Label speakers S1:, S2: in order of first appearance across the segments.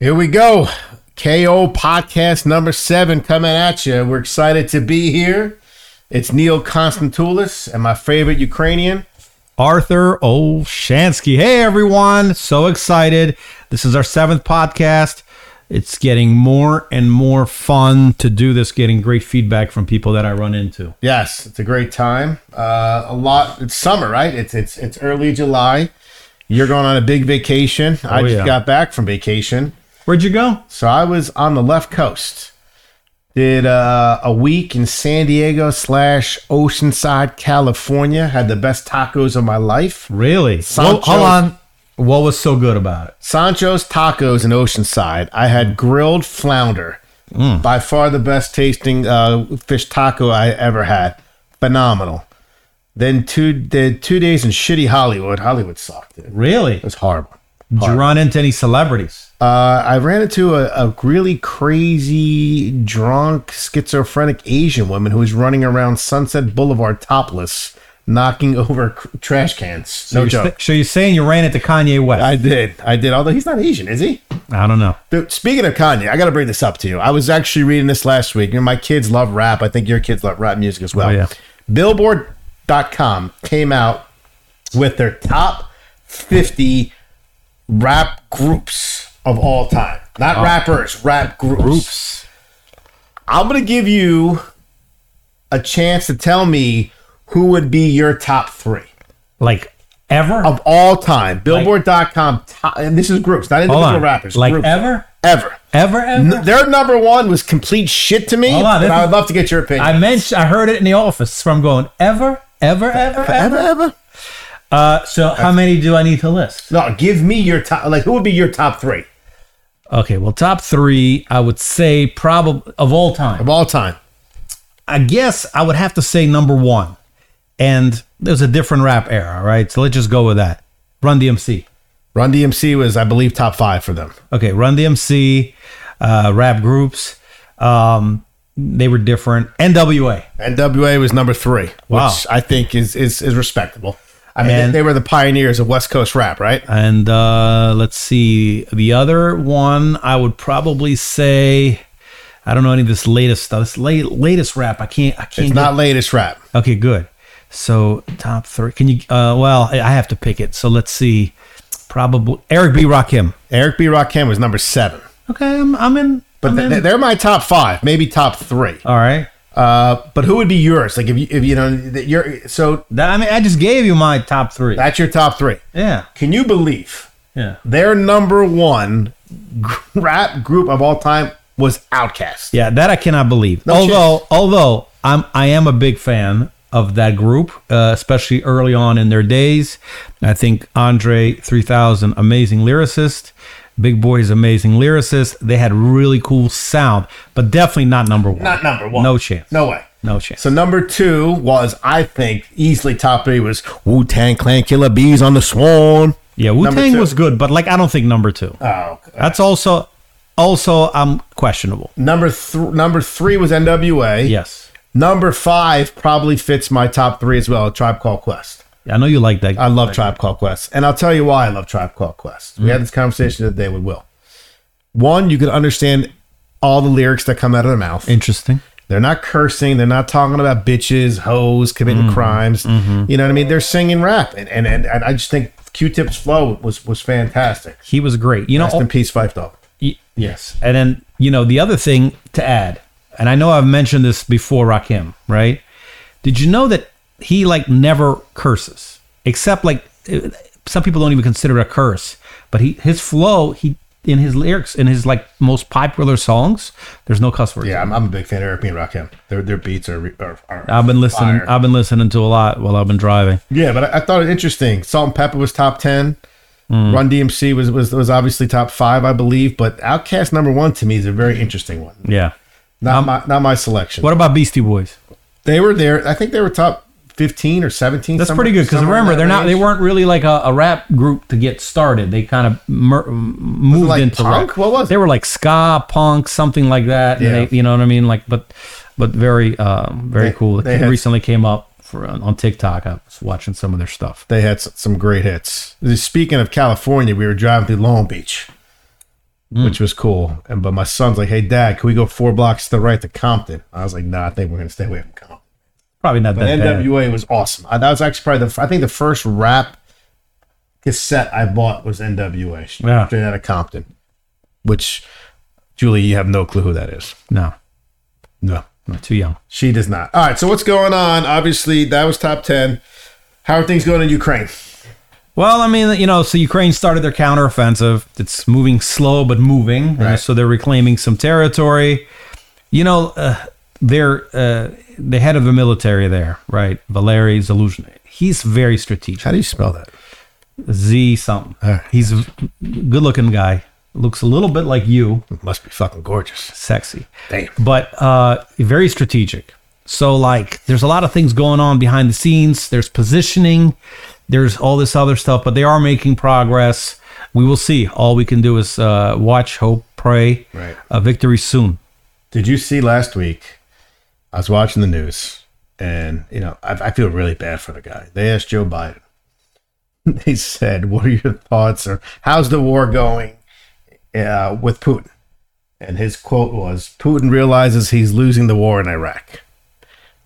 S1: Here we go. KO podcast number seven coming at you. We're excited to be here. It's Neil Konstantulis and my favorite Ukrainian.
S2: Arthur Olshansky. Hey, everyone. So excited. This is our seventh podcast. It's getting more and more fun to do this, getting great feedback from people that I run into.
S1: Yes, it's a great time. Uh, a lot. It's summer, right? It's it's it's early July. You're going on a big vacation. I
S2: Oh,
S1: just
S2: yeah.
S1: got back from vacation,
S2: Where'd you go?
S1: so I was on the left coast. Did uh, a week in San Diego slash Oceanside, California. Had the best tacos of my life.
S2: Really?
S1: Sancho's.
S2: Well, hold on. What was so good about it?
S1: Sancho's Tacos in Oceanside. I had grilled flounder, by far the best tasting uh, fish taco I ever had. Phenomenal. Then two did two days in shitty Hollywood. Hollywood sucked. Dude. It
S2: Really?
S1: was horrible.
S2: Did you run into any celebrities?
S1: Uh, I ran into a, a really crazy, drunk, schizophrenic Asian woman who was running around Sunset Boulevard topless, knocking over cr- trash cans. No
S2: You're
S1: joke.
S2: st- so you're saying you ran into Kanye West?
S1: I did. I did. Although he's not Asian, is he?
S2: I don't know.
S1: Dude, speaking of Kanye, I got to bring this up to you. I was actually reading this last week. You know, my kids love rap. I think your kids love rap music as well.
S2: Oh, yeah.
S1: Billboard.com came out with their top 50 rap groups of all time. Not rappers, rap groups.
S2: Groups.
S1: I'm going to give you a chance to tell me who would be your top three
S2: Like ever?
S1: of all time. Billboard.com. Top, and this is groups, not
S2: hold
S1: individual
S2: on.
S1: rappers.
S2: like e-
S1: groups.
S2: ever?
S1: Ever.
S2: Ever, ever?
S1: N- Their number one was complete shit to me.
S2: Hold on,
S1: and
S2: this
S1: I would
S2: is-
S1: love to get your opinion.
S2: I mentioned I heard it in the office from going ever, ever, ever,
S1: ever,
S2: ever.
S1: ever?
S2: Uh, so how many do I need to list?
S1: No, give me your top. Like, who would be your top three
S2: Okay, well, top three, I would say probably of all time.
S1: of all time?
S2: I guess I would have to say number one, and there's a different rap era, right? So let's just go with that. Run DMC.
S1: Run DMC was, I believe, top five for them.
S2: Okay, Run DMC, uh, rap groups. Um, they were different. NWA.
S1: NWA was number three,
S2: Wow.
S1: which I think is is, is respectable. I mean,
S2: And-
S1: they were the pioneers of West Coast rap, right?
S2: And uh, let's see, the other one I would probably say, I don't know any of this latest stuff. This late, latest rap, I can't, I can't.
S1: It's not latest rap.
S2: get- okay, good. So top three, can you? Uh, well, I I have to pick it. So let's see, probably Eric B. Rakim.
S1: Eric B. Rakim was number seven,
S2: Okay, I'm, I'm in.
S1: but
S2: I'm
S1: th-
S2: in.
S1: th- they're my top five, maybe top three.
S2: all right.
S1: Uh, but who would be yours? Like, if you if you know that you're so
S2: That, I mean, I just gave you my top three.
S1: that's your top three.
S2: yeah,
S1: Can you believe
S2: yeah.
S1: their number one g- rap group of all time was Outkast.
S2: Yeah, that I cannot believe.
S1: No
S2: although, although I'm I am a big fan of that group, uh, especially early on in their days. I think Andre 3000, amazing lyricist. Big Boy is amazing lyricist. They had really cool sound, but definitely not number one.
S1: Not number one.
S2: No chance.
S1: No way.
S2: No chance.
S1: So number two was, I think, easily top three was Wu Tang Clan Killer Bees on the Swarm.
S2: yeah, Wu
S1: Number
S2: Tang
S1: two.
S2: was good, but like I don't think number two.
S1: Oh,
S2: That's also also um questionable.
S1: number th- number three was NWA.
S2: Yes,
S1: Number five probably fits my top three as well. Tribe Called Quest.
S2: I know you like that.
S1: I love Tribe Called Quest, and I'll tell you why I love Tribe Called Quest. We had this conversation today with Will. One, you can understand all the lyrics that come out of their mouth.
S2: Interesting.
S1: They're not cursing. They're not talking about bitches, hoes, committing
S2: Mm-hmm.
S1: crimes. You know what I mean? They're singing rap, and and, and, and I just think Q-Tip's flow was was fantastic.
S2: He was great. You know, oh,
S1: Rest in peace, Fife Dog.
S2: Y- yes. And then, you know, the other thing to add, and I know I've mentioned this before Rakim, right? Did you know that he like never curses? Except like eh, some people don't even consider it a curse, but he his flow, he in his lyrics, in his like most popular songs, there's no cuss words.
S1: Yeah, I'm, I'm a big fan of European rock. Him, their their beats are. re- are, are
S2: I've been listening.
S1: fire.
S2: I've been listening to a lot while I've been driving.
S1: yeah, but I, I thought it interesting. Salt and Pepper was top ten.
S2: Mm.
S1: Run DMC was, was was obviously top five, I believe. But Outcast number one to me is a very interesting one.
S2: Yeah.
S1: Not my not my selection.
S2: Um, What about Beastie Boys?
S1: They were there. I think they were top fifteen or seventeen.
S2: That's
S1: somewhere-
S2: pretty good because
S1: somewhere in
S2: remember
S1: that
S2: they're not they
S1: range.
S2: weren't really like a, a rap group to get started. They kind of mer- m- moved
S1: like
S2: into
S1: punk?
S2: Rap.
S1: What was it?
S2: They were like ska punk, something like that.
S1: Yeah.
S2: Yeah. you know what I mean. Like, but but very uh, very
S1: They-
S2: cool. It
S1: they had-
S2: recently came up for uh, on, on TikTok. I was watching some of their stuff.
S1: they had s- some great hits. Speaking of California, we were driving through Long Beach, which was cool. And but my son's like, "Hey, Dad, can we go four blocks to the right to Compton?" I was like, "Nah, I think we're gonna stay away from Compton."
S2: Probably not that bad.
S1: NWA was awesome. I, that was actually probably the f- I think the first rap cassette I bought was NWA
S2: Yeah.
S1: straight out of Compton, which Julie, you have no clue who that is.
S2: No,
S1: No,
S2: I'm too young.
S1: she does not. All right, so what's going on? Obviously, that was top ten. How are things going in Ukraine?
S2: Well, I mean, you know, so Ukraine started their counteroffensive. It's moving slow but moving, you know,
S1: Right.
S2: so they're reclaiming some territory. You know, uh, they're uh, the head of the military there, right? Valery Zeluzhny. He's very strategic.
S1: How do you spell that?
S2: Z something.
S1: right.
S2: He's a good-looking guy. Looks a little bit like you,
S1: must be fucking gorgeous.
S2: sexy.
S1: Damn.
S2: but uh, very strategic. So like, there's a lot of things going on behind the scenes. There's positioning. There's all this other stuff, but they are making progress. We will see. All we can do is uh, watch, hope, pray.
S1: Right.
S2: A victory soon.
S1: Did you see last week? I was watching the news, and you know, I, I feel really bad for the guy. They asked Joe Biden. They said, "What are your thoughts, or how's the war going uh, with Putin?" And his quote was, "Putin realizes he's losing the war in Iraq."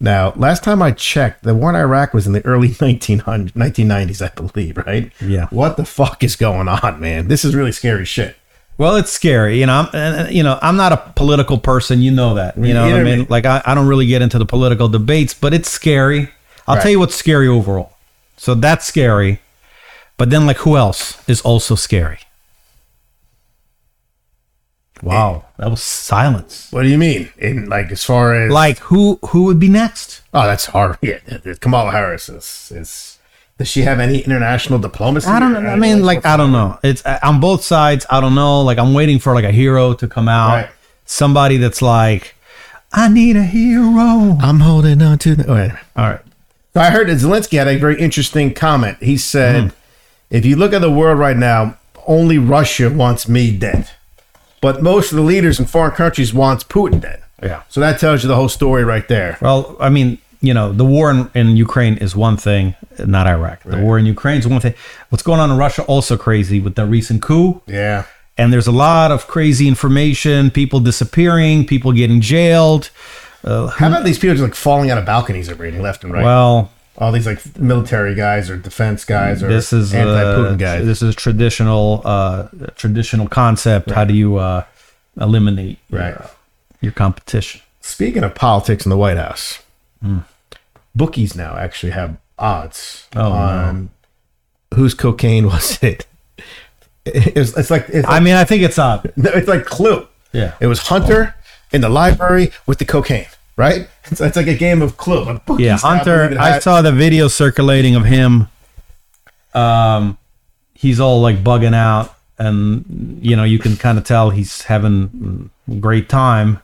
S1: Now, last time I checked, the war in Iraq was in the early 1900, 1990s, I believe, right?
S2: Yeah.
S1: What the fuck is going on, man? This is really scary shit.
S2: Well, it's scary, you know. I'm, and, and, you know, I'm not a political person. You know that. You know,
S1: You know
S2: what I
S1: what I
S2: mean,
S1: mean.
S2: like I, I don't really get into the political debates, but it's scary. I'll
S1: Right.
S2: tell you what's scary overall. So that's scary, but then like who else is also scary? Wow, that was silence.
S1: What do you mean? In like as far as
S2: Like who who would be next?
S1: Oh, that's hard. Yeah, th- th- Kamala Harris is, is. Does she have any international diplomacy?
S2: I don't know. I mean, like I don't know. It's I- on both sides. I don't know. Like I'm waiting for like a hero to come out,
S1: Right.
S2: somebody that's like, I need a hero.
S1: I'm holding on to. The, All right. So I heard that Zelensky had a very interesting comment. He said, "If you look at the world right now, only Russia wants me dead, but most of the leaders in foreign countries wants Putin dead."
S2: Yeah.
S1: So that tells you the whole story right there.
S2: Well, I mean, you know, the war in, in Ukraine is one thing, not Iraq. The war in Ukraine is one thing. What's going on in Russia also crazy with the recent coup,
S1: Yeah.
S2: and there's a lot of crazy information, people disappearing, people getting jailed. Uh,
S1: How about these people just like falling out of balconies every day, left and right?
S2: Well,
S1: All these like military guys or defense guys or
S2: this is
S1: anti-Putin
S2: uh,
S1: guys.
S2: This is traditional, uh, traditional concept. How do you uh, eliminate your- uh,
S1: Right.
S2: your competition?
S1: Speaking of politics in the White House,
S2: Hmm.
S1: bookies now actually have odds
S2: Oh,
S1: on whose cocaine was it. It's, it's like it's
S2: I
S1: like,
S2: mean, I think it's up.
S1: it's like Clue.
S2: Yeah.
S1: it was Hunter in the library with the cocaine. Right, it's, it's like a game of Clue. but bookies
S2: Yeah,
S1: now believe
S2: Hunter.
S1: it
S2: I
S1: had-
S2: saw the video circulating of him. Um, he's all like bugging out, and you know you can kind of tell he's having a great time.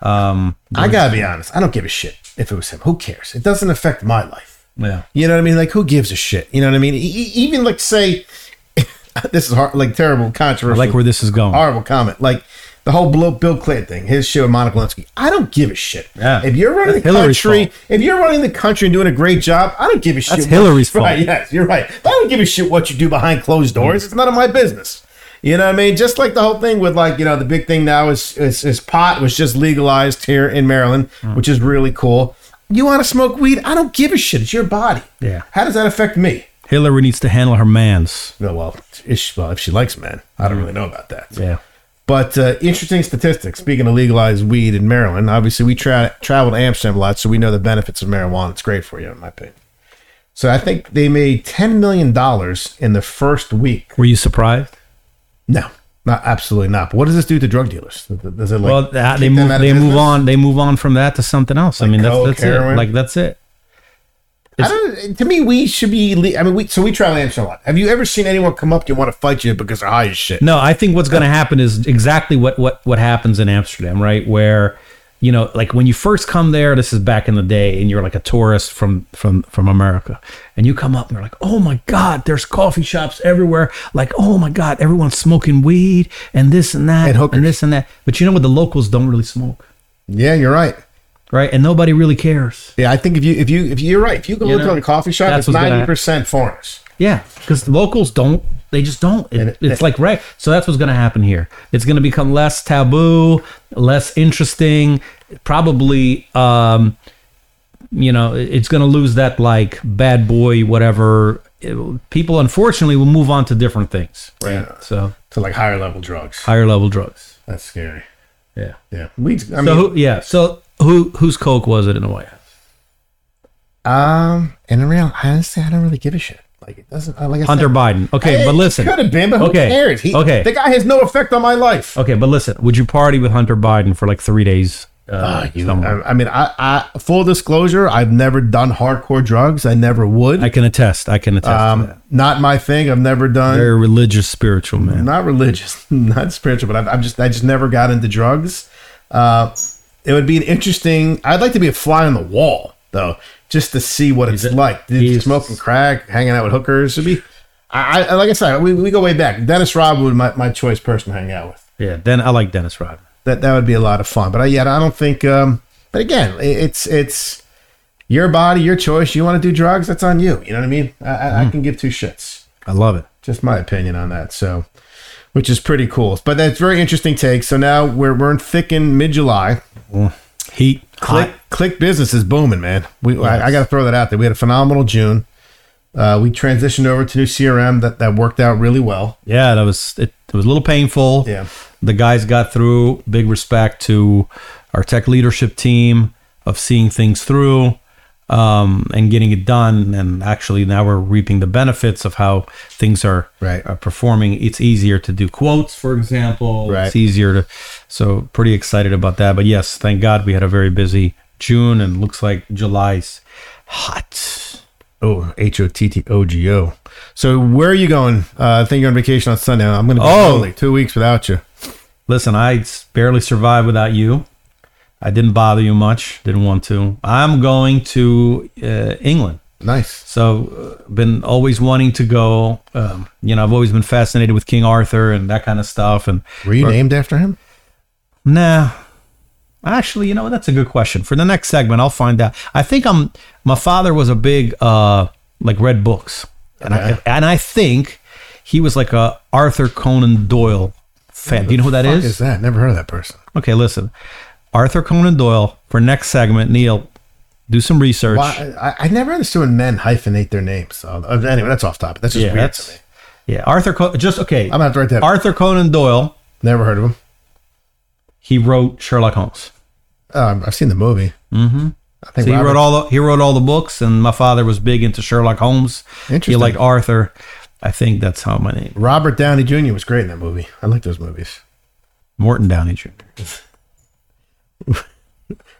S2: Um,
S1: I gotta be honest. I don't give a shit if it was him. Who cares? It doesn't affect my life.
S2: yeah,
S1: You know what I mean? Like, who gives a shit? You know what I mean? E- e- even like, say, this is hard, like terrible,
S2: I
S1: controversial.
S2: like where this is going.
S1: horrible comment. Like the whole Bill, Bill Clinton thing, his shit with Monica Lewinsky. I don't give a shit.
S2: Yeah.
S1: If you're running
S2: That's
S1: the
S2: Hillary's
S1: country,
S2: fault.
S1: if you're running the country and doing a great job, I don't give a shit.
S2: That's Hillary's
S1: right,
S2: fault. Mm.
S1: Yes, you're right. I don't give a shit what you do behind closed doors. It's none of my business. You know what I mean? Just like the whole thing with like you know the big thing now is is, is pot was just legalized here in Maryland,
S2: Mm.
S1: which is really cool. You want to smoke weed? I don't give a shit. It's your body.
S2: Yeah.
S1: How does that affect me?
S2: Hillary needs to handle her man's.
S1: No, well, if she, well, if she likes men, I don't really know about that.
S2: Yeah,
S1: But uh, interesting statistics. Speaking of legalized weed in Maryland, obviously we tra- travel to Amsterdam a lot, so we know the benefits of marijuana. It's great for you, in my opinion. So I think they made ten million dollars in the first week.
S2: were you surprised?
S1: No, not absolutely not. But what does this do to drug dealers? Does it like
S2: well, that, they
S1: kick them
S2: move.
S1: out of
S2: They move
S1: business?
S2: on. They move on from that to something else. I mean, that's
S1: coke,
S2: that's
S1: heroin?
S2: it. Like that's it.
S1: I don't, to me, we should be. le- I mean, we so we travel to Amsterdam a lot. Have you ever seen anyone come up to you and want to fight you because they're high as shit?
S2: No, I think what's going to happen is exactly what what what happens in Amsterdam, right? Where you know, like when you first come there, this is back in the day, and you're like a tourist from from from America, and you come up and you're like, oh my god, there's coffee shops everywhere, like oh my god, everyone's smoking weed and this and that
S1: And hookers.
S2: and this and that. But you know what? The locals don't really smoke,
S1: Yeah, you're right.
S2: right? And nobody really cares.
S1: Yeah, I think if you if you if you're right, if you go
S2: You
S1: into
S2: know,
S1: a coffee shop,
S2: that's
S1: it's
S2: what's gonna-
S1: ninety percent foreigners.
S2: Yeah, because locals don't They just don't. It-
S1: And it-
S2: it's like right. So that's what's going to happen here. It's going to become less taboo, less interesting. Probably, um, you know, it's going to lose that like bad boy whatever. It- people unfortunately will move on to different things. Right.
S1: Yeah.
S2: So
S1: to like higher level drugs.
S2: higher level drugs.
S1: That's scary.
S2: Yeah.
S1: Yeah, weeds. I mean,
S2: So who, yeah. So who whose coke was it in the White House?
S1: um, and in real, I honestly, I don't really give a shit. Like it doesn't. uh, Like I said,
S2: Hunter Biden. Okay, but listen.
S1: could have been, but who
S2: Okay.
S1: cares? He,
S2: Okay.
S1: the guy has no effect on my life.
S2: Okay, but listen, would you party with Hunter Biden for like three days? Uh,
S1: Uh, you-
S2: somewhere?
S1: I, I mean, I, I full disclosure, I've never done hardcore drugs. I never would.
S2: I can attest. I can attest. to that.
S1: um, not my thing. I've never done.
S2: Very religious, spiritual man.
S1: not religious, not spiritual, but I've, I've just I just never got into drugs. Uh, it would be an interesting. I'd like to be a fly on the wall though, just to see what it's like. Dude,
S2: he's-
S1: smoking crack, hanging out with hookers. It'd be. I, I like I said, we, we go way back. Dennis Rodman was my, my choice person to hang out with.
S2: Yeah. Then I like Dennis Rodman.
S1: That that would be a lot of fun. But I, yet I don't think. Um, but again, i- it's it's your body, your choice. You want to do drugs? That's on you. You know what I mean? I, I,
S2: Mm-hmm.
S1: I can give two shits
S2: I love it.
S1: just my opinion on that. So, which is pretty cool. But that's very interesting take. So now we're we're in thick in mid July.
S2: Heat.
S1: Click
S2: Click.
S1: click business is booming, man. We I,
S2: Yes.
S1: I got to throw that out there. We had a phenomenal June. Uh, we transitioned over to new CRM that that worked out really well.
S2: Yeah, that was it, it. was a little painful.
S1: Yeah.
S2: The guys got through. Big respect to our tech leadership team of seeing things through um, and getting it done. And actually, now we're reaping the benefits of how things are
S1: Right.
S2: are performing. It's easier to do quotes, for example.
S1: Right.
S2: It's easier to. So pretty excited about that. But yes, thank God we had a very busy June and looks like July's hot.
S1: Oh, H O T T O G O. So where are you going? Uh, I think you're on vacation on Sunday. I'm going to be
S2: Oh.
S1: lonely. two weeks without you.
S2: Listen, I s- barely survived without you. I didn't bother you much. Didn't want to. I'm going to uh, England.
S1: Nice.
S2: So, uh, been always wanting to go. Um, you know, I've always been fascinated with King Arthur and that kind of stuff. And
S1: Were you named after him?
S2: nah, actually, you know, that's a good question. For the next segment, I'll find out. I think I'm. My father was a big uh, like read books, and
S1: Okay.
S2: I and I think he was like a Arthur Conan Doyle fan. Do you know who that
S1: Fuck
S2: is?
S1: is that? Never heard of that person.
S2: Okay, listen. Arthur Conan Doyle for next segment. Neil, do some research.
S1: Why, I, I never understood when men hyphenate their names. So, uh, anyway, that's off topic. That's just
S2: Yeah,
S1: weird
S2: that's-
S1: to me.
S2: Yeah, Arthur. Co- just okay.
S1: I'm gonna have to write that.
S2: Arthur Conan Doyle.
S1: Never heard of him.
S2: He wrote Sherlock Holmes.
S1: Um, I've seen the movie. Mm-hmm. I think
S2: So he
S1: Robert-
S2: wrote all the he wrote all the books, and my father was big into Sherlock Holmes. He
S1: Interesting.
S2: liked Arthur. I think that's how my name
S1: Robert Downey Jr. was great in that movie. I like those movies.
S2: Morton Downey Jr.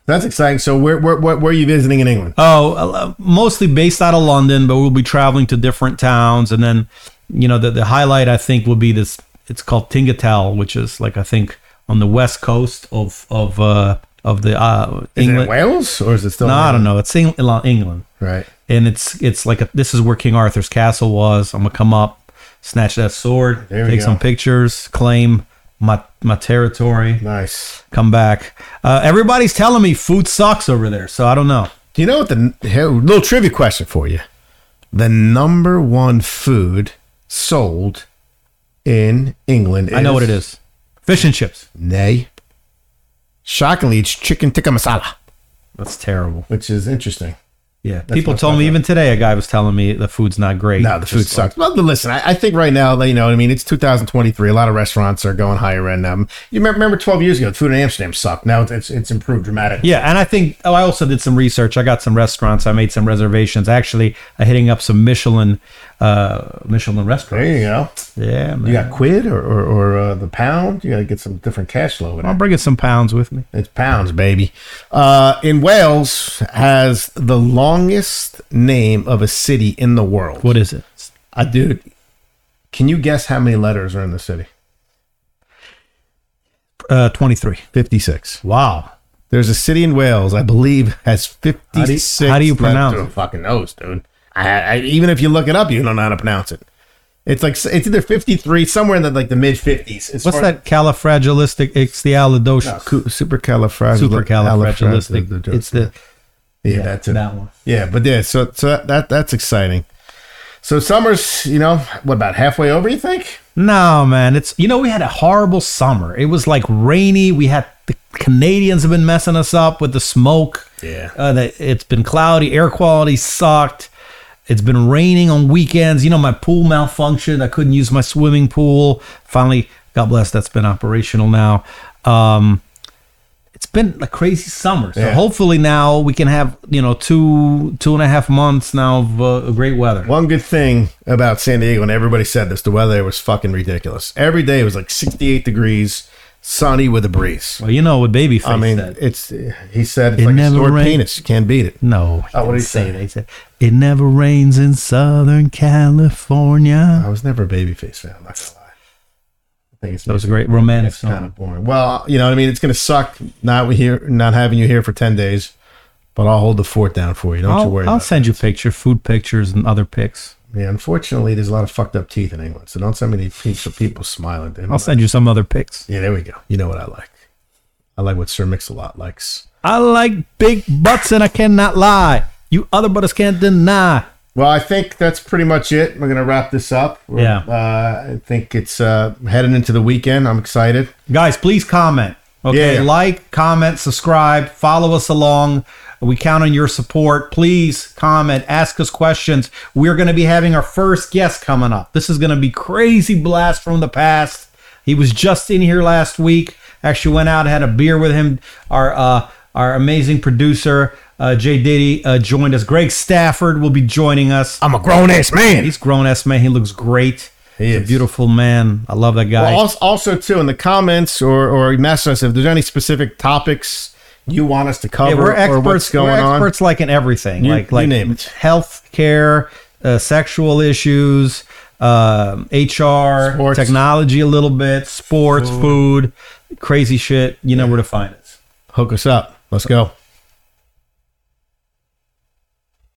S1: That's exciting. So where where where, where are you visiting in England?
S2: Oh, uh, mostly based out of London, but we'll be traveling to different towns, and then you know the the highlight I think will be this. It's called Tingatal, which is like I think on the west coast of of uh, of the uh,
S1: Is it
S2: England.
S1: in Wales or is it still?
S2: no, I don't know. It's Eng- uh, England,
S1: Right.
S2: and it's it's like a, this is where King Arthur's castle was. I'm gonna come up, snatch that sword,
S1: There we
S2: take
S1: go.
S2: some pictures, claim my my territory,
S1: Nice.
S2: come back. Uh, everybody's telling me food sucks over there, so I don't know.
S1: Do you know what the here, little trivia question for you? The number one food sold in England. Is,
S2: I know what it is. Fish and chips.
S1: Nay. Shockingly, it's chicken tikka masala,
S2: That's terrible.
S1: which is interesting.
S2: Yeah. People
S1: what's
S2: told me even today a guy was telling me the food's not great.
S1: No, the food sucks. Well, but listen, I, I think right now, like, you know what I mean? It's 2023. A lot of restaurants are going higher end. Um, you remember, remember 12 years ago, the food in Amsterdam sucked. Now it's it's, it's improved dramatically.
S2: Yeah, and I think oh, I also did some research. I got some restaurants. I made some reservations. Actually, I'm hitting up some Michelin, uh, Michelin restaurants.
S1: There you go.
S2: Yeah, man.
S1: You got quid or, or, or uh, the pound. You got to get some different cash flow with it.
S2: I'm bringing some pounds with me.
S1: It's pounds, baby. Uh, in Wales has the longest name of a city in the world.
S2: What is it?
S1: I dude, can you guess how many letters are in the city?
S2: Uh, 23.
S1: 56.
S2: Wow.
S1: There's a city in Wales, I believe, has 56.
S2: how do you
S1: letters-
S2: pronounce
S1: Who
S2: it?
S1: Fucking knows, dude. I, I, even if you look it up, you don't know how to pronounce it. It's like it's either 53, somewhere in the like the mid 50s. As
S2: What's
S1: far-
S2: that califragilistic expialidocious?
S1: Cu- supercalifragilistic.
S2: Supercalifragilistic. It's the
S1: yeah, that's it.
S2: that one.
S1: Yeah, but yeah, so so that that's exciting. So summer's, you know, what about halfway over? You think?
S2: No, man, it's you know we had a horrible summer. It was like rainy. We had the Canadians have been messing us up with the smoke.
S1: Yeah.
S2: uh, that it's been cloudy. Air quality sucked. It's been raining on weekends. You know my pool malfunctioned. I couldn't use my swimming pool. Finally, God bless, that's been operational now. Um, it's been a crazy summer. So
S1: Yeah.
S2: hopefully now we can have you know two two and a half months now of uh, great weather.
S1: One good thing about San Diego, and everybody said this, the weather was fucking ridiculous. Every day it was like 68 degrees, sunny with a breeze.
S2: Well, you know what Babyface
S1: I mean,
S2: said.
S1: it's he said it's
S2: It
S1: like
S2: never
S1: a sore
S2: rained.
S1: penis. You can't beat it.
S2: No.
S1: Oh, what did he
S2: he didn't
S1: say?
S2: that. He said, It never rains in Southern California.
S1: I was never a babyface fan. I'm not gonna lie. I think it's
S2: That was a great romantic
S1: It's kind
S2: song.
S1: of boring. Well, you know what I mean. It's gonna suck not here, not having you here for ten days, but I'll hold the fort down for you. Don't you worry.
S2: I'll, I'll
S1: about
S2: send you picture, food pictures, and other pics.
S1: it. Yeah, unfortunately, there's a lot of fucked up teeth in England, so don't send me any pics of people smiling. They don't
S2: I'll
S1: like-
S2: send you some other pics.
S1: yeah, there we go. You know what I like. I like what Sir Mix-a-Lot likes.
S2: I like big butts and I cannot lie. You other butters can't deny.
S1: Well, I think that's pretty much it. We're gonna wrap this up. We're-
S2: Yeah.
S1: uh, I think it's uh, heading into the weekend. I'm excited.
S2: Guys, please comment. Okay.
S1: Yeah.
S2: Like, comment, subscribe, follow us along. We count on your support. Please comment, ask us questions. We're going to be having our first guest coming up. This is going to be crazy blast from the past. He was just in here last week. Actually, went out had a beer with him. Our uh, our amazing producer uh, Jay Diddy uh, joined us. Greg Stafford will be joining us.
S1: I'm a grown ass man.
S2: He's grown ass man. He looks great.
S1: He
S2: He's a
S1: is.
S2: beautiful man. I love that guy.
S1: Well, also, also too in the comments or or message us if there's any specific topics you want us to cover
S2: Yeah, we're
S1: or what's
S2: experts.
S1: going
S2: we're
S1: on.
S2: experts like in everything,
S1: You-
S2: like
S1: you
S2: like
S1: name it.
S2: health care, uh, sexual issues, um, HR,
S1: Sports.
S2: technology a little bit, sports, food, crazy shit. You know where to find us.
S1: Hook us up. Let's go.